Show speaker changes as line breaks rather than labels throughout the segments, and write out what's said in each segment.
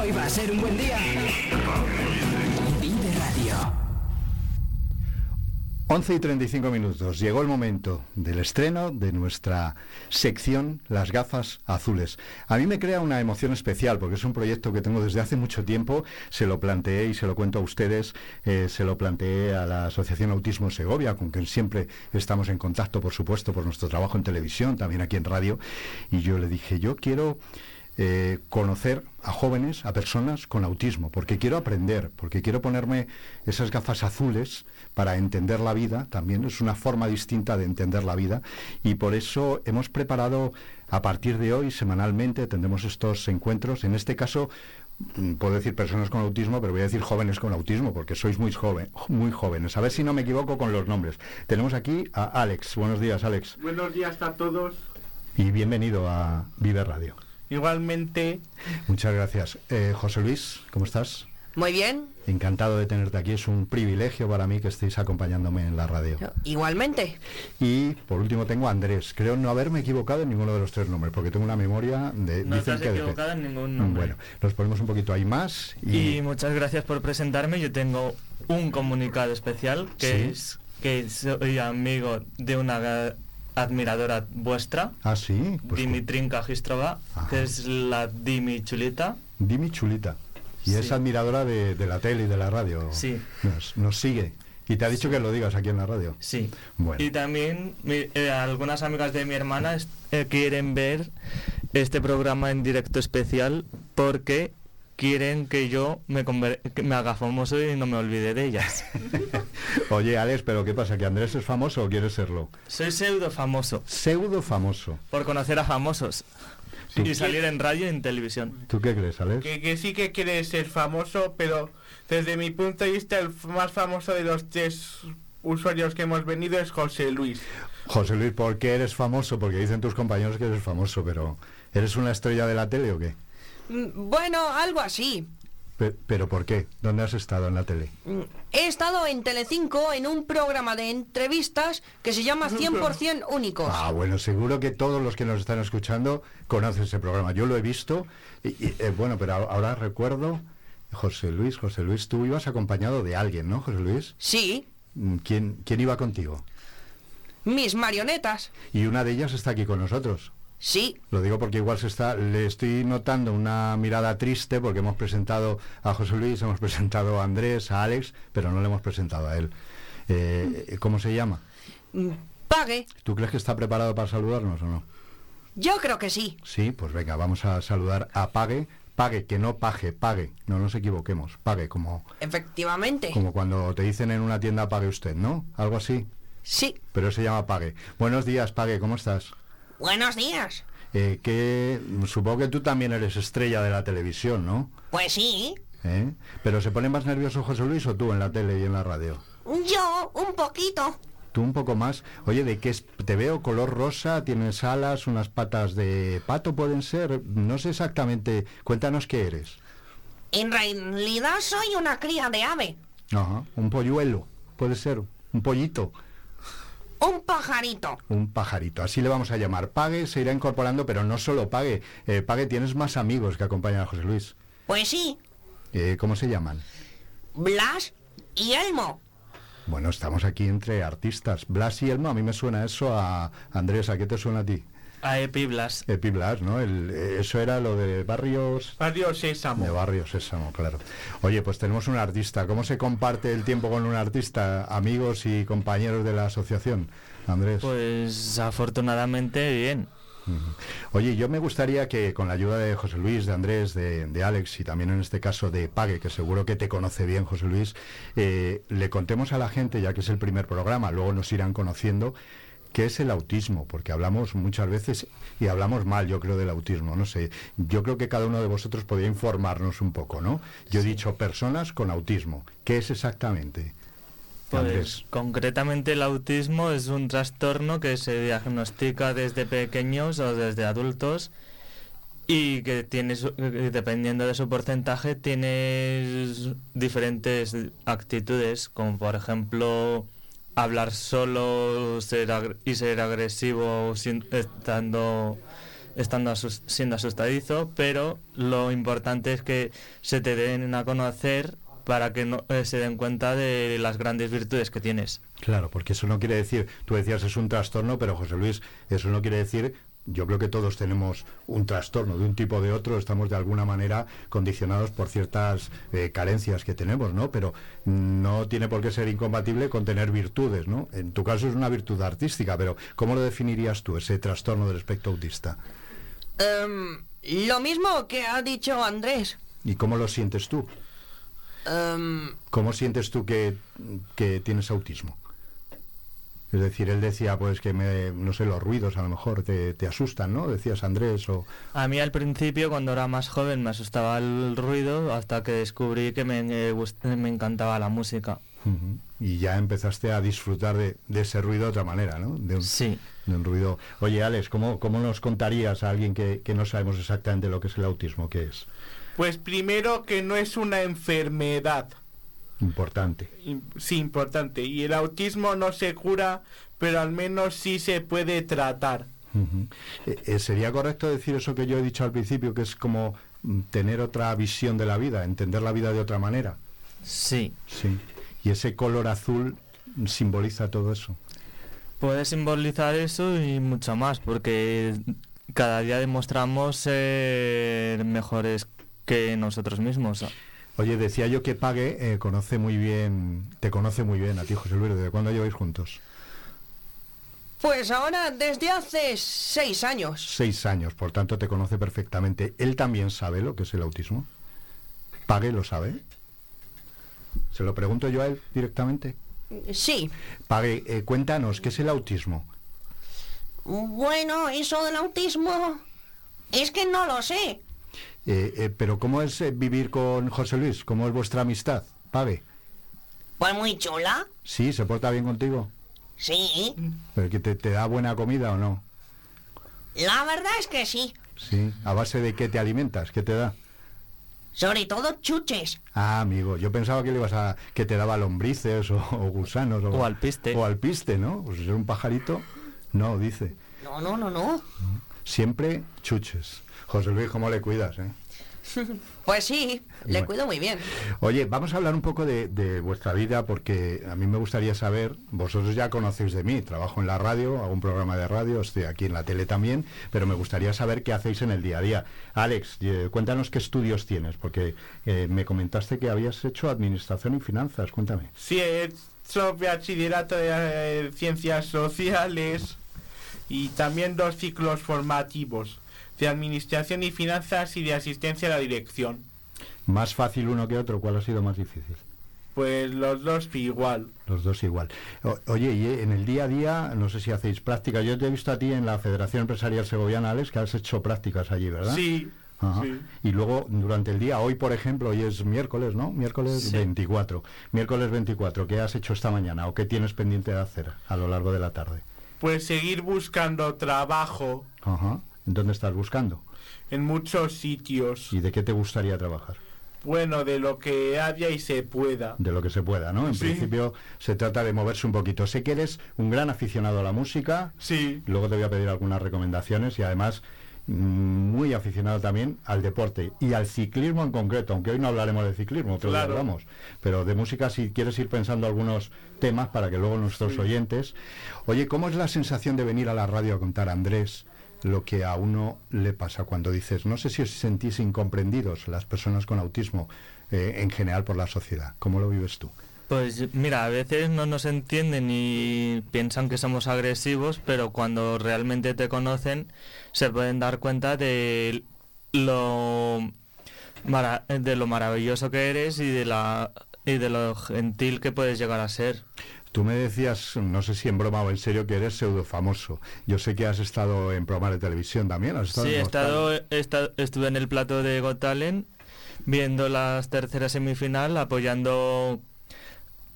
Hoy va a ser un buen día. Vive Radio.
11 y 35 minutos. Llegó el momento del estreno de nuestra sección Las gafas azules. A mí me crea una emoción especial porque es un proyecto que tengo desde hace mucho tiempo. Se lo planteé y se lo cuento a ustedes. eh, se lo planteé a la Asociación Autismo Segovia, con quien siempre estamos en contacto, por supuesto, por nuestro trabajo en televisión, también aquí en radio. Y yo le dije, yo quiero eh, conocer a jóvenes, a personas con autismo, porque quiero aprender, porque quiero ponerme esas gafas azules para entender la vida, también es una forma distinta de entender la vida, y por eso hemos preparado a partir de hoy, semanalmente, tendremos estos encuentros, en este caso, mm, puedo decir personas con autismo, pero voy a decir jóvenes con autismo, porque sois muy, joven, muy jóvenes, a ver si no me equivoco con los nombres. Tenemos aquí a Alex, buenos días Alex,
Buenos días a todos.
y bienvenido a Vive Radio.
Igualmente,
Muchas gracias. Eh, José Luis, ¿cómo estás?
Muy bien,
Encantado de tenerte aquí. Es un privilegio para mí que estéis acompañándome en la radio.
igualmente.
Y por último tengo a Andrés. Creo no haberme equivocado en ninguno de los tres nombres, porque tengo una memoria de...
No
dicen
estás
que de-
equivocada en ningún nombre.
Mm, Bueno, nos ponemos un poquito ahí más.
Y muchas gracias por presentarme. Yo tengo un comunicado especial
Sí.
que es que soy amigo de una ga- admiradora vuestra,
Ah, sí. Pues,
Dimitrinka Gistrova,
Ajá.
que es la Dimi Chulita.
Dimi Chulita. Y es
Sí.
admiradora de, de la tele y de la radio.
Sí.
Nos, nos sigue. Y te ha dicho que lo digas aquí en la radio.
Sí.
Bueno.
Y también mi- eh, algunas amigas de mi hermana es- eh, quieren ver este programa en directo especial porque quieren que yo me, conver- que me haga famoso y no me olvide de ellas.
Oye, Alex, pero ¿qué pasa? ¿Que Andrés es famoso o quieres serlo?
Soy pseudo famoso
Pseudo famoso.
por conocer a famosos
Sí.
y salir en radio y en televisión.
¿Tú qué crees, Alex?
que, que sí que quiere ser famoso, pero desde mi punto de vista el f- más famoso de los tres usuarios que hemos venido es José Luis.
José Luis, ¿por qué eres famoso? Porque dicen tus compañeros que eres famoso, pero ¿eres una estrella de la tele o qué?
Mm, Bueno, algo así.
Pe- ¿Pero por qué? ¿Dónde has estado en la tele?
Mm, He estado en Telecinco en un programa de entrevistas que se llama 100% Únicos.
Ah, bueno, seguro que todos los que nos están escuchando conocen ese programa. Yo lo he visto. y- y, eh, bueno, pero a- ahora recuerdo, José Luis, José Luis, tú ibas acompañado de alguien, ¿no, José Luis?
Sí,
Mm, ¿Quién, quién iba contigo?
mis marionetas.
Y una de ellas está aquí con nosotros.
Sí,
Lo digo porque igual se está, le estoy notando una mirada triste porque hemos presentado a José Luis, hemos presentado a Andrés, a Alex, pero no le hemos presentado a él. Eh, ¿Cómo se llama?
Mm, pague.
¿Tú crees que está preparado para saludarnos o no?
Yo creo que sí.
Sí, pues venga, vamos a saludar a Pague. Pague, que no paje, pague. No nos equivoquemos, pague, como,
Efectivamente.
como cuando te dicen en una tienda pague usted, ¿no? Algo así,
Sí.
pero se llama pague. Buenos días, pague, ¿cómo estás?
Buenos días.
Eh, que supongo que tú también eres estrella de la televisión, ¿no?
Pues sí.
¿Eh? ¿Pero se pone más nervioso José Luis o tú en la tele y en la radio?
Yo, un poquito.
Tú un poco más. Oye, ¿de qué es? Te veo color rosa, tienes alas, unas patas de pato pueden ser. No sé exactamente. Cuéntanos qué eres.
En realidad soy una cría de ave.
Ajá. Un polluelo, puede ser. Un pollito,
Un pajarito.
un pajarito. Así le vamos a llamar. Pague se irá incorporando, pero no solo Pague. Eh, Pague, tienes más amigos que acompañan a José Luis.
Pues sí.
Eh, ¿Cómo se llaman?
Blas y Elmo.
Bueno, estamos aquí entre artistas. Blas y Elmo, a mí me suena eso a... Andrés, ¿a qué te suena a ti?
A Epiblas.
Epiblas, ¿no? El- eh, eso era lo de barrios.
Barrio
De
Sésamo.
barrios, sésamo, claro. Oye, pues tenemos un artista. ¿Cómo se comparte el tiempo con un artista? Amigos y compañeros de la asociación, Andrés.
Pues afortunadamente bien.
Oye, yo me gustaría que con la ayuda de José Luis, de Andrés, de, de Alex y también en este caso de Pague, que seguro que te conoce bien José Luis, eh, le contemos a la gente, ya que es el primer programa, luego nos irán conociendo, qué es el autismo, porque hablamos muchas veces y hablamos mal, yo creo, del autismo, no sé. Yo creo que cada uno de vosotros podría informarnos un poco, ¿no? Yo he dicho personas con autismo. ¿Qué es exactamente?
Pues
Andrés.
concretamente el autismo es un trastorno que se diagnostica desde pequeños o desde adultos y que tiene su- que dependiendo de su porcentaje tienes diferentes actitudes como por ejemplo hablar solo ser agre- y ser agresivo sin- estando estando asus- siendo asustadizo, pero lo importante es que se te den a conocer para que no, eh, se den cuenta de las grandes virtudes que tienes.
Claro, porque eso no quiere decir, tú decías es un trastorno, pero José Luis, eso no quiere decir, yo creo que todos tenemos un trastorno de un tipo o de otro, estamos de alguna manera condicionados por ciertas eh, carencias que tenemos, ¿no? Pero no tiene por qué ser incompatible con tener virtudes, ¿no? En tu caso es una virtud artística, pero ¿cómo lo definirías tú, ese trastorno del espectro autista?
Em, lo mismo que ha dicho Andrés.
¿Y cómo lo sientes tú?
Em,
¿Cómo sientes tú que, que tienes autismo? Es decir, él decía, pues que me, no sé, los ruidos a lo mejor te, te asustan, ¿no? Decías Andrés, o
A mí al principio, cuando era más joven, me asustaba el ruido hasta que descubrí que me, eh, gust- me encantaba la música.
Ujú. y ya empezaste a disfrutar de, de ese ruido de otra manera, ¿no? De un,
Sí.
de un ruido. Oye, Alex, ¿cómo, cómo nos contarías a alguien que, que no sabemos exactamente lo que es el autismo, que es
Pues primero que no es una enfermedad.
importante?
im- Sí, importante. Y el autismo no se cura, pero al menos sí se puede tratar.
Ujú. Eh, eh, ¿Sería correcto decir eso que yo he dicho al principio, que es como mm, tener otra visión de la vida, entender la vida de otra manera?
Sí.
Sí. Y ese color azul simboliza todo eso.
Puede simbolizar eso y mucho más, porque cada día demostramos ser mejores que nosotros mismos.
Oye, decía yo que Pague eh, conoce muy bien, te conoce muy bien a ti, José Luis. ¿Desde cuándo lleváis juntos?
pues ahora desde hace seis años.
Seis años, por tanto te conoce perfectamente. Él también sabe lo que es el autismo. Pague lo sabe. Se lo pregunto yo a él directamente.
Sí.
Pague, eh, cuéntanos, ¿qué es el autismo?
Bueno, eso del autismo es que no lo sé.
Eh, eh, pero ¿cómo es eh, vivir con José Luis? ¿Cómo es vuestra amistad? Pague,
Pues muy chula.
¿sí? ¿Se porta bien contigo?
Sí.
¿Pero que te, te da buena comida o no?
La verdad es que sí.
Sí. ¿A base de qué te alimentas? ¿Qué te da?
Sobre todo chuches.
Ah, amigo, yo pensaba que le ibas a que te daba lombrices o, o gusanos o,
O alpiste.
O alpiste, ¿no? Pues es un pajarito. No, dice.
No, no, no, no.
Siempre chuches. José Luis, ¿cómo le cuidas, eh?
Pues sí, le
Bueno.
cuido muy bien.
Oye, vamos a hablar un poco de, de vuestra vida porque a mí me gustaría saber, vosotros ya conocéis de mí, trabajo en la radio, hago un programa de radio, estoy aquí en la tele también, pero me gustaría saber qué hacéis en el día a día. Alex, eh, cuéntanos qué estudios tienes, porque eh, me comentaste que habías hecho administración y finanzas, cuéntame.
Sí, he hecho bachillerato de eh, ciencias sociales y también dos ciclos formativos de administración y finanzas y de asistencia a la dirección.
Más fácil uno que otro, ¿cuál ha sido más difícil?
Pues los dos igual.
Los dos igual. O- oye, y eh, en el día a día, no sé si hacéis prácticas. Yo te he visto a ti en la Federación Empresarial Segoviana, Alex, que has hecho prácticas allí, ¿verdad?
Sí,
Ajá.
sí.
Y luego, durante el día, hoy, por ejemplo, hoy es miércoles, ¿no? Miércoles
Sí.
24. Miércoles 24, ¿qué has hecho esta mañana o qué tienes pendiente de hacer a lo largo de la tarde?
Pues seguir buscando trabajo
Ajá. ¿Dónde estás buscando?
en muchos sitios.
¿Y de qué te gustaría trabajar?
Bueno, de lo que haya y se pueda.
de lo que se pueda, ¿no? En
Sí.
principio se trata de moverse un poquito. Sé que eres un gran aficionado a la música.
Sí.
Luego te voy a pedir algunas recomendaciones y además mm, muy aficionado también al deporte y al ciclismo en concreto, aunque hoy no hablaremos de ciclismo, otro día
Claro.
hablamos, pero de música si quieres ir pensando algunos temas para que luego nuestros oyentes... Oye, ¿cómo es la sensación de venir a la radio a contar, Andrés? lo que a uno le pasa cuando dices, no sé si os sentís incomprendidos las personas con autismo eh, en general por la sociedad. ¿Cómo lo vives tú?
Pues mira, a veces no nos entienden y piensan que somos agresivos, pero cuando realmente te conocen se pueden dar cuenta de lo, mara- de lo maravilloso que eres y de, la, y de lo gentil que puedes llegar a ser.
Tú me decías, no sé si en broma o en serio, que eres pseudo famoso. Yo sé que has estado en programas de televisión también. Has estado
Sí,
en
he
Got
estado,
Talent.
he esta- estuve en el plato de Got Talent viendo la tercera semifinal apoyando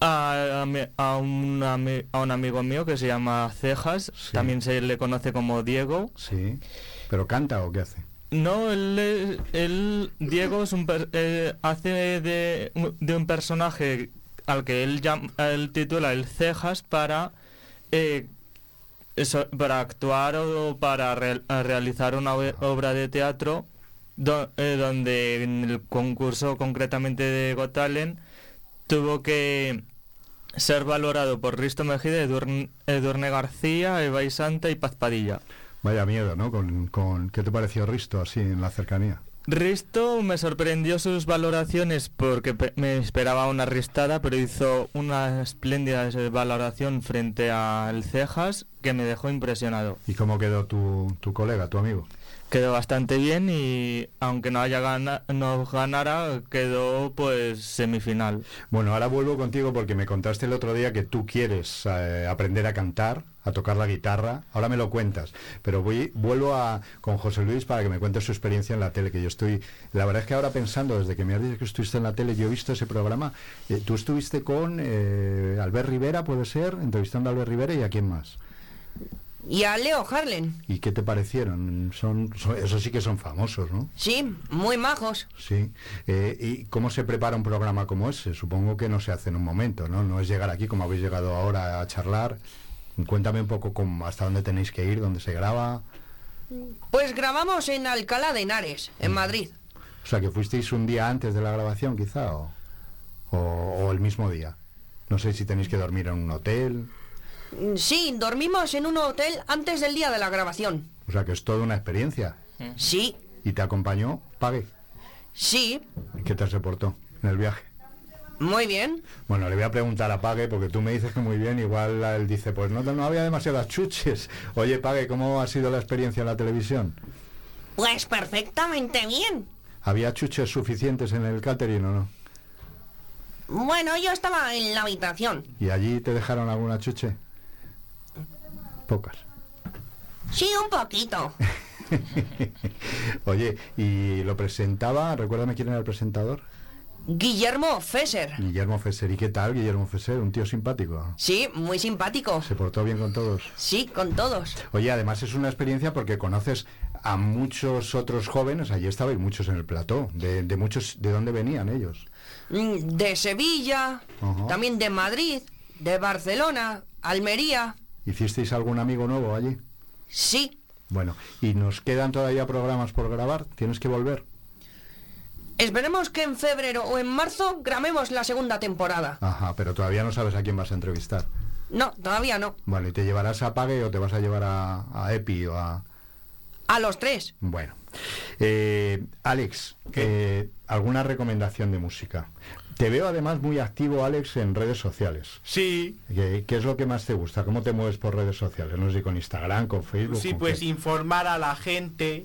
a, a mi- a un, ami- a un amigo mío que se llama Cejas,
Sí.
también se le conoce como Diego.
Sí. ¿Pero canta o qué hace?
No, él, es- él Diego es un per- eh, hace de, de un personaje al que él, llam- él titula el Cejas para eh, eso, para actuar o para re- a realizar una ob- obra de teatro do- eh, donde en el concurso concretamente de Got Talent tuvo que ser valorado por Risto Mejide, Edurne, Edurne García, Eva Santa y Paz Padilla.
Vaya miedo, ¿no? Con, con, ¿Qué te pareció Risto así en la cercanía?
Risto me sorprendió sus valoraciones porque pe- me esperaba una ristada, pero hizo una espléndida valoración frente al Cejas que me dejó impresionado.
¿Y cómo quedó tu, tu colega, tu amigo?
Quedó bastante bien y aunque no haya gana- no ganara, quedó pues semifinal.
Bueno, ahora vuelvo contigo porque me contaste el otro día que tú quieres eh, aprender a cantar, a tocar la guitarra. Ahora me lo cuentas, pero voy vuelvo a con José Luis para que me cuente su experiencia en la tele, que yo estoy la verdad es que ahora pensando desde que me has dicho que estuviste en la tele, yo he visto ese programa. Eh, tú estuviste con eh, Albert Rivera, puede ser, entrevistando a Albert Rivera y a quién más.
Y a Leo Harlen.
¿Y qué te parecieron? Son, son- eso sí que son famosos, ¿no?
Sí, muy majos.
Sí. Eh, ¿Y cómo se prepara un programa como ese? Supongo que no se hace en un momento, ¿no? No es llegar aquí como habéis llegado ahora a charlar. Cuéntame un poco cómo- hasta dónde tenéis que ir, dónde se graba.
Pues grabamos en Alcalá de Henares, en Madrid.
O sea, que fuisteis un día antes de la grabación, quizá, o, o- o el mismo día. No sé si tenéis que dormir en un hotel.
Mm, Sí, dormimos en un hotel antes del día de la grabación.
O sea, que es toda una experiencia.
Sí,
¿Y te acompañó? Pague.
sí,
¿Qué tal se portó en el viaje?
muy bien.
Bueno, le voy a preguntar a Pague, porque tú me dices que muy bien, igual él dice, pues no, no había demasiadas chuches. Oye, Pague, ¿cómo ha sido la experiencia en la televisión?
Pues perfectamente bien.
¿Había chuches suficientes en el catering o no?
Bueno, yo estaba en la habitación.
¿Y allí te dejaron alguna chuche? Pocas.
Sí, un poquito.
Oye, ¿y lo presentaba? Recuérdame quién era el presentador.
Guillermo Fesser.
Guillermo Fesser. ¿Y qué tal, Guillermo Fesser? Un tío simpático.
Sí, muy simpático.
Se portó bien con todos.
Sí, con todos.
Oye, además es una experiencia porque conoces a muchos otros jóvenes, allí estabais muchos en el plató, de, de muchos, ¿de dónde venían ellos?
Mm, De Sevilla,
Ajá.
también de Madrid, de Barcelona, Almería.
¿Hicisteis algún amigo nuevo allí?
Sí,
Bueno, y nos quedan todavía programas por grabar, tienes que volver.
esperemos que en febrero o en marzo gramemos la segunda temporada.
Ajá, pero todavía no sabes a quién vas a entrevistar.
No, todavía no.
Bueno, ¿y te llevarás a Pague o te vas a llevar a, a Epi o a...
A los tres.
Bueno. Eh, Alex, eh, ¿alguna recomendación de música? Te veo además muy activo, Alex, en redes sociales.
Sí,
¿Qué, qué es lo que más te gusta? ¿Cómo te mueves por redes sociales? No sé, con Instagram, con Facebook.
sí,
con
pues
qué.
informar a la gente.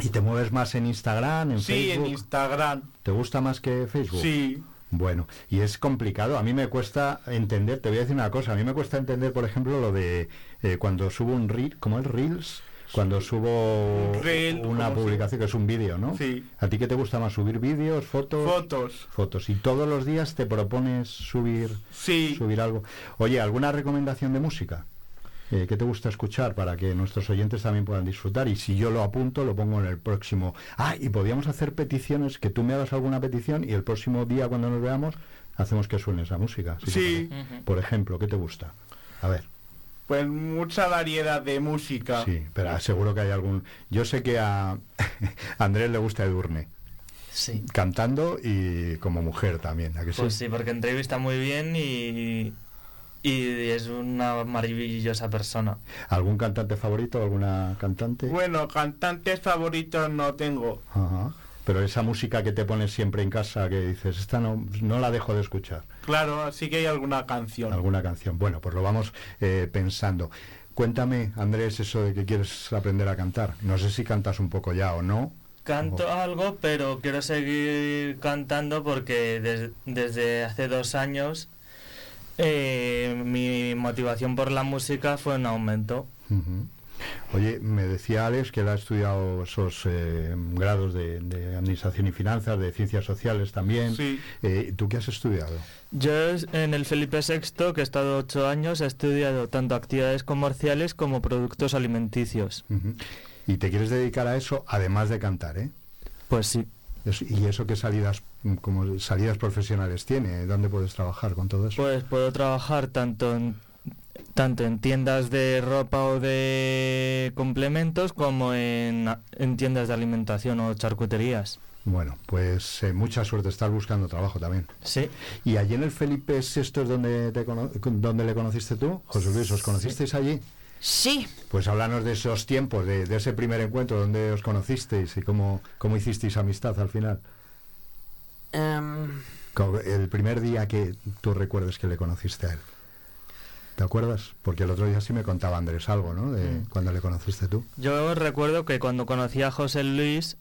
¿Y te mueves más en Instagram, en
Sí, en
Facebook?
Instagram.
¿Te gusta más que Facebook?
Sí.
Bueno, y es complicado. A mí me cuesta entender, te voy a decir una cosa, a mí me cuesta entender, por ejemplo, lo de eh, cuando subo un reel, ¿cómo es Reels? Cuando subo
Un reel,
una
como se-
publicación, que es un vídeo, ¿no?
Sí.
¿A ti qué te gusta más? ¿Subir vídeos, fotos?
Fotos.
fotos. ¿Y todos los días te propones subir
Sí.
subir algo. Oye, ¿alguna recomendación de música? Eh, ¿Qué te gusta escuchar para que nuestros oyentes también puedan disfrutar? Y si yo lo apunto, lo pongo en el próximo. Ah, y podíamos hacer peticiones, que tú me hagas alguna petición y el próximo día cuando nos veamos hacemos que suene esa música. si te
Sí.
parece. Por ejemplo, ¿qué te gusta? A ver,
Pues mucha variedad de música.
sí, pero seguro que hay algún... Yo sé que a a Andrés le gusta Edurne,
Sí.
cantando y como mujer también, ¿a que sí?
Pues sí, porque entrevista muy bien y, y es una maravillosa persona.
¿Algún cantante favorito, alguna cantante?
Bueno, cantantes favoritos no tengo.
Ajá. Pero esa música que te pones siempre en casa, que dices, esta no, no la dejo de escuchar,
Claro, así que hay alguna canción.
alguna canción. Bueno, pues lo vamos eh, pensando. Cuéntame, Andrés, eso de que quieres aprender a cantar. No sé si cantas un poco ya o no.
Canto algo, pero quiero seguir cantando porque des- desde hace dos años eh, mi motivación por la música fue en aumento.
Ujú. Oye, me decía Alex que él ha estudiado esos eh, grados de, de Administración y Finanzas, de Ciencias Sociales también.
Sí.
Eh, ¿Tú qué has estudiado?
Yo es- en el Felipe VI, que he estado ocho años, he estudiado tanto actividades comerciales como productos alimenticios.
Ujú. Y te quieres dedicar a eso además de cantar, ¿eh?
Pues sí.
Eso- ¿Y eso qué salidas, mm, como salidas profesionales tiene? ¿Dónde puedes trabajar con todo eso?
Pues puedo trabajar tanto en, tanto en tiendas de ropa o de complementos como en, en tiendas de alimentación o charcuterías.
Bueno, pues eh, mucha suerte estar buscando trabajo también.
Sí.
¿Y allí en el Felipe VI es donde, te cono- donde le conociste tú? José Luis, ¿os conocisteis allí?
Sí,
Pues háblanos de esos tiempos, de, de ese primer encuentro, donde os conocisteis y cómo, cómo hicisteis amistad al final.
em,
Co- El primer día que tú recuerdes que le conociste a él. ¿Te acuerdas? Porque el otro día sí me contaba Andrés algo, ¿no? De
Mm.
cuando le conociste tú.
Yo recuerdo que cuando conocí a José Luis,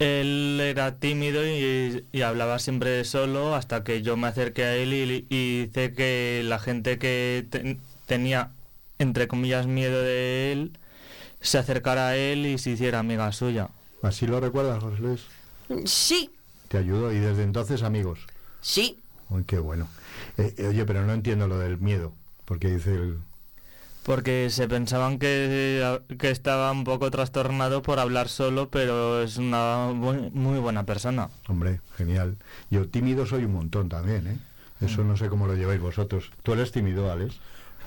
él era tímido y, y hablaba siempre solo hasta que yo me acerqué a él y, y hice que la gente que ten- tenía, entre comillas, miedo de él, se acercara a él y se hiciera amiga suya.
¿Así lo recuerdas, José Luis?
sí,
Te ayudo y desde entonces amigos.
sí.
Uy, qué bueno. Eh, eh, oye, pero no entiendo lo del miedo, porque dice el...
Porque se pensaban que, que estaba un poco trastornado por hablar solo, pero es una bu- muy buena persona.
Hombre, genial. Yo tímido soy un montón también, ¿eh? Eso no sé cómo lo lleváis vosotros. ¿Tú eres tímido, Alex?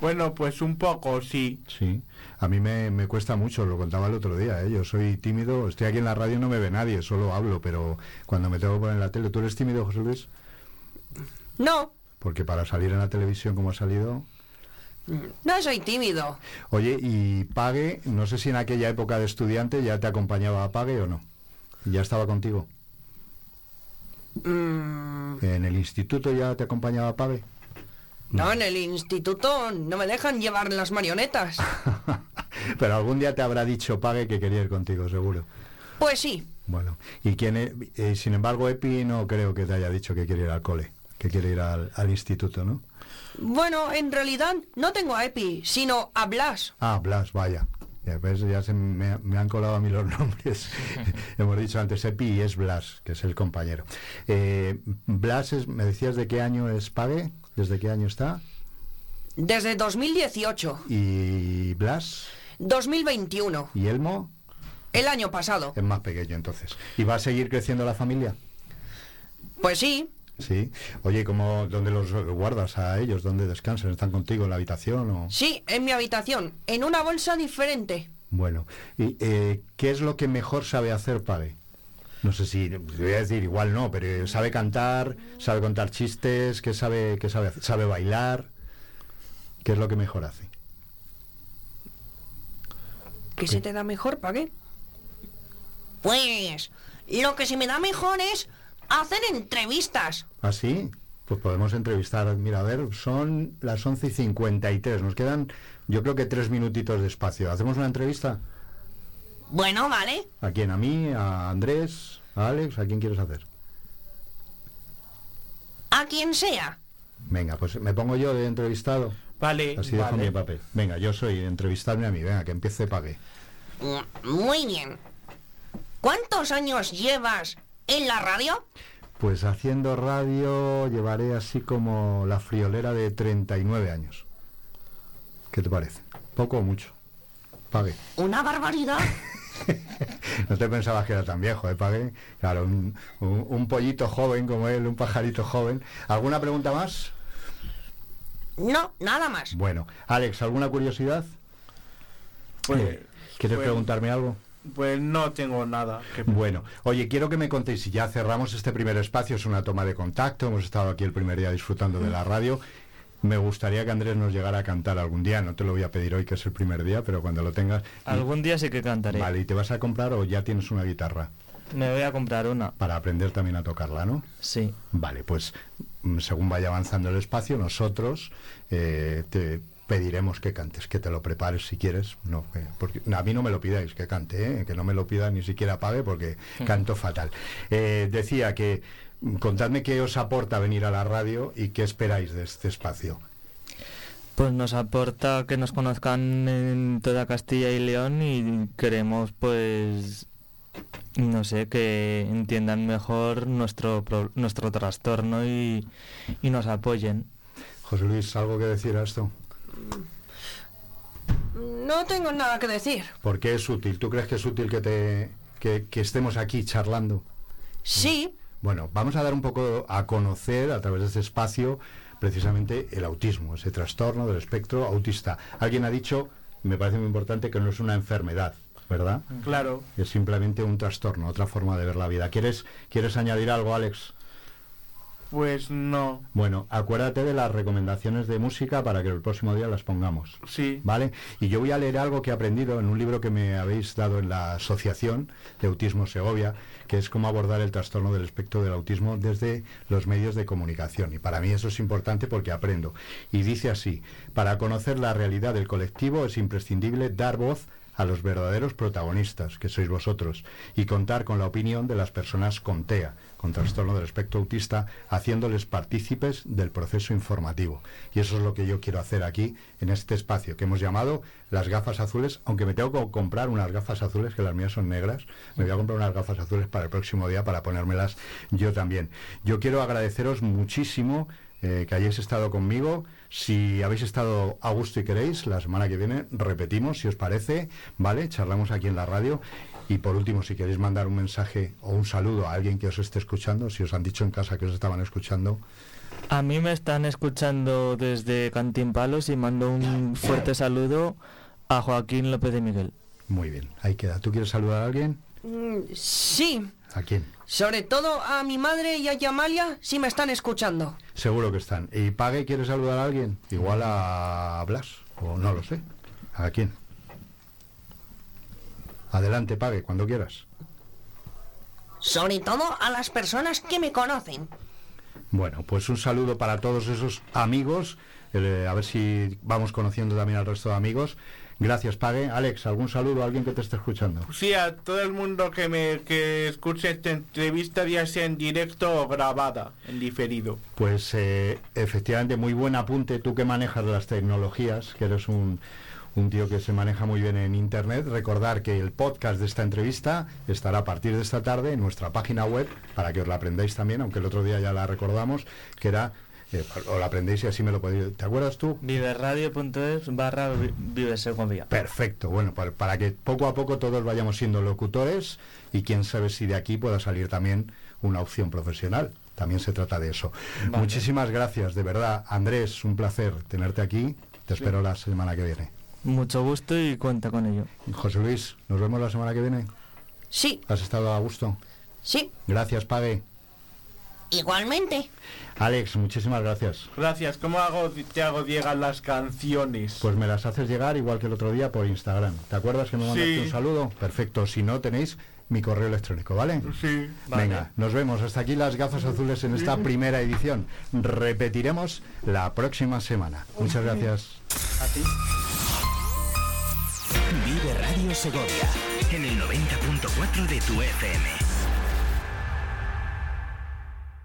Bueno, pues un poco, sí.
Sí. A mí me, me cuesta mucho, lo contaba el otro día, ¿eh? Yo soy tímido, estoy aquí en la radio, no me ve nadie, solo hablo, pero cuando me tengo que poner en la tele, ¿tú eres tímido, José Luis?
No,
Porque para salir en la televisión como ha salido...
no soy tímido.
Oye, y Pague, no sé si en aquella época de estudiante ya te acompañaba a Pague o no. ¿Ya estaba contigo?
Mm,
¿En el instituto ya te acompañaba Pague?
no, en el instituto no me dejan llevar las marionetas.
Pero algún día te habrá dicho Pague que quería ir contigo, seguro.
Pues sí,
Bueno, y quién es- eh, sin embargo, Epi no creo que te haya dicho que quiere ir al cole, que quiere ir al, al instituto, ¿no?
bueno, en realidad no tengo a Epi, sino a Blas.
Ah, Blas, vaya. Ya, ves, ya se me, me han colado a mí los nombres. Hemos dicho antes Epi y es Blas, que es el compañero. Eh, Blas, es- me decías de qué año es Pague, desde qué año está.
Desde 2018,
Y Blas
2021,
y Elmo
el año pasado.
es más pequeño entonces. ¿Y va a seguir creciendo la familia?
Pues sí,
Sí. Oye, ¿y ¿cómo, ¿dónde los guardas a ellos? ¿Dónde descansan? ¿Están contigo en la habitación? O...
sí, en mi habitación, en una bolsa diferente.
Bueno, ¿y eh, qué es lo que mejor sabe hacer Pague? No sé si, le voy a decir igual no, pero eh, sabe cantar, sabe contar chistes, ¿qué sabe, qué sabe hacer? ¿Sabe bailar? ¿Qué es lo que mejor hace?
¿Qué se te da mejor, para qué? Pues lo que se me da mejor es hacer entrevistas.
¿Ah, sí? Pues podemos entrevistar, mira, a ver, son las 11 y 53, nos quedan yo creo que tres minutitos de espacio. ¿Hacemos una entrevista?
Bueno, vale.
¿A quién? ¿A mí? ¿A Andrés? ¿A Alex? ¿A quién quieres hacer?
A quien sea.
Venga, pues me pongo yo de entrevistado.
Vale,
Así dejo mi
vale.
papel. Venga, yo soy entrevistarme a mí. Venga, que empiece Pague.
Mm, Muy bien. ¿Cuántos años llevas en la radio?
Pues haciendo radio llevaré así como la friolera de 39 años. ¿Qué te parece? ¿Poco o mucho? Pague.
Una barbaridad.
No te pensabas que era tan viejo, ¿eh, Pague? Claro, un, un- un pollito joven como él, un pajarito joven. ¿Alguna pregunta más?
No, nada más.
Bueno, Alex, ¿alguna curiosidad?
Pues,
Eh, ¿Quieres
bueno.
preguntarme algo?
pues no tengo nada. que-
Bueno, oye, quiero que me contéis si ya cerramos este primer espacio, es una toma de contacto, hemos estado aquí el primer día disfrutando de la radio. Me gustaría que Andrés nos llegara a cantar algún día, no te lo voy a pedir hoy que es el primer día, pero cuando lo tengas...
Algún día sí que cantaré.
Vale, ¿y te vas a comprar o ya tienes una guitarra?
Me voy a comprar una.
Para aprender también a tocarla, ¿no?
Sí.
Vale, pues mm, según vaya avanzando el espacio, nosotros eh, te pediremos que cantes, que te lo prepares si quieres. No, eh, porque a mí no me lo pidáis que cante, ¿eh? que no me lo pida ni siquiera pague porque canto fatal. Eh, decía que mm, contadme qué os aporta venir a la radio y qué esperáis de este espacio.
Pues nos aporta que nos conozcan en toda Castilla y León y queremos pues no sé, que entiendan mejor nuestro pro- nuestro trastorno y, y nos apoyen.
José Luis, ¿algo que decir a esto?
No tengo nada que decir.
¿Por qué es útil? ¿Tú crees que es útil que, te, que- que estemos aquí charlando?
Sí,
Bueno, vamos a dar un poco a conocer a través de este espacio precisamente el autismo, ese trastorno del espectro autista. Alguien ha dicho, me parece muy importante, que no es una enfermedad, ¿verdad?
Claro.
Es simplemente un trastorno, otra forma de ver la vida. ¿Quieres, quieres añadir algo, Alex?
Pues no.
Bueno, acuérdate de las recomendaciones de música para que el próximo día las pongamos.
Sí.
¿Vale? Y yo voy a leer algo que he aprendido en un libro que me habéis dado en la Asociación de Autismo Segovia, que es cómo abordar el trastorno del espectro del autismo desde los medios de comunicación. Y para mí eso es importante porque aprendo. Y dice así, para conocer la realidad del colectivo es imprescindible dar voz a los verdaderos protagonistas, que sois vosotros, y contar con la opinión de las personas con TEA, con trastorno del espectro autista, haciéndoles partícipes del proceso informativo. Y eso es lo que yo quiero hacer aquí, en este espacio, que hemos llamado las gafas azules, aunque me tengo que comprar unas gafas azules, que las mías son negras, me voy a comprar unas gafas azules para el próximo día para ponérmelas yo también. Yo quiero agradeceros muchísimo eh, que hayáis estado conmigo. Si habéis estado a gusto y queréis, la semana que viene repetimos, si os parece, ¿vale? Charlamos aquí en la radio. Y por último, si queréis mandar un mensaje o un saludo a alguien que os esté escuchando, si os han dicho en casa que os estaban escuchando.
A mí me están escuchando desde Cantín Palos y mando un fuerte saludo a Joaquín López de Miguel.
Muy bien, ahí queda. ¿Tú quieres saludar a alguien?
Mm, sí.
¿A quién?
Sobre todo a mi madre y a Yamalia si me están escuchando.
Seguro que están. ¿Y Pague quiere saludar a alguien? Igual a Blas, o no lo sé. ¿A quién? Adelante, Pague, cuando quieras.
Sobre todo a las personas que me conocen.
Bueno, pues un saludo para todos esos amigos. Eh, a ver si vamos conociendo también al resto de amigos. Gracias, Pague. Alex, ¿algún saludo a alguien que te esté escuchando?
Sí, a todo el mundo que me que escuche esta entrevista, ya sea en directo o grabada, en diferido.
Pues eh, efectivamente, muy buen apunte. Tú que manejas las tecnologías, que eres un, un tío que se maneja muy bien en Internet, recordar que el podcast de esta entrevista estará a partir de esta tarde en nuestra página web, para que os la aprendáis también, aunque el otro día ya la recordamos, que era eh, o la aprendéis y así me lo podéis. ¿Te acuerdas tú?
Viverradio.es barra vivesegovia.
Perfecto, bueno, para, para, que poco a poco todos vayamos siendo locutores y quién sabe si de aquí pueda salir también una opción profesional. También se trata de eso. Vale. Muchísimas gracias, de verdad. Andrés, un placer tenerte aquí. Te sí. espero la semana que viene.
Mucho gusto y cuenta con ello.
José Luis, ¿nos vemos la semana que viene?
Sí.
¿Has estado a gusto?
Sí.
Gracias, Pague.
Igualmente.
Alex, muchísimas gracias.
Gracias. ¿Cómo hago, te hago llegar las canciones?
Pues me las haces llegar igual que el otro día por Instagram. ¿Te acuerdas que me mandaste sí. un saludo? Perfecto. Si no, tenéis mi correo electrónico, ¿vale?
Sí.
Vale. Venga, nos vemos. Hasta aquí las gafas azules en esta primera edición. Repetiremos la próxima semana. Muchas gracias.
A ti.
Vive Radio Segovia en el 90.4 de tu FM.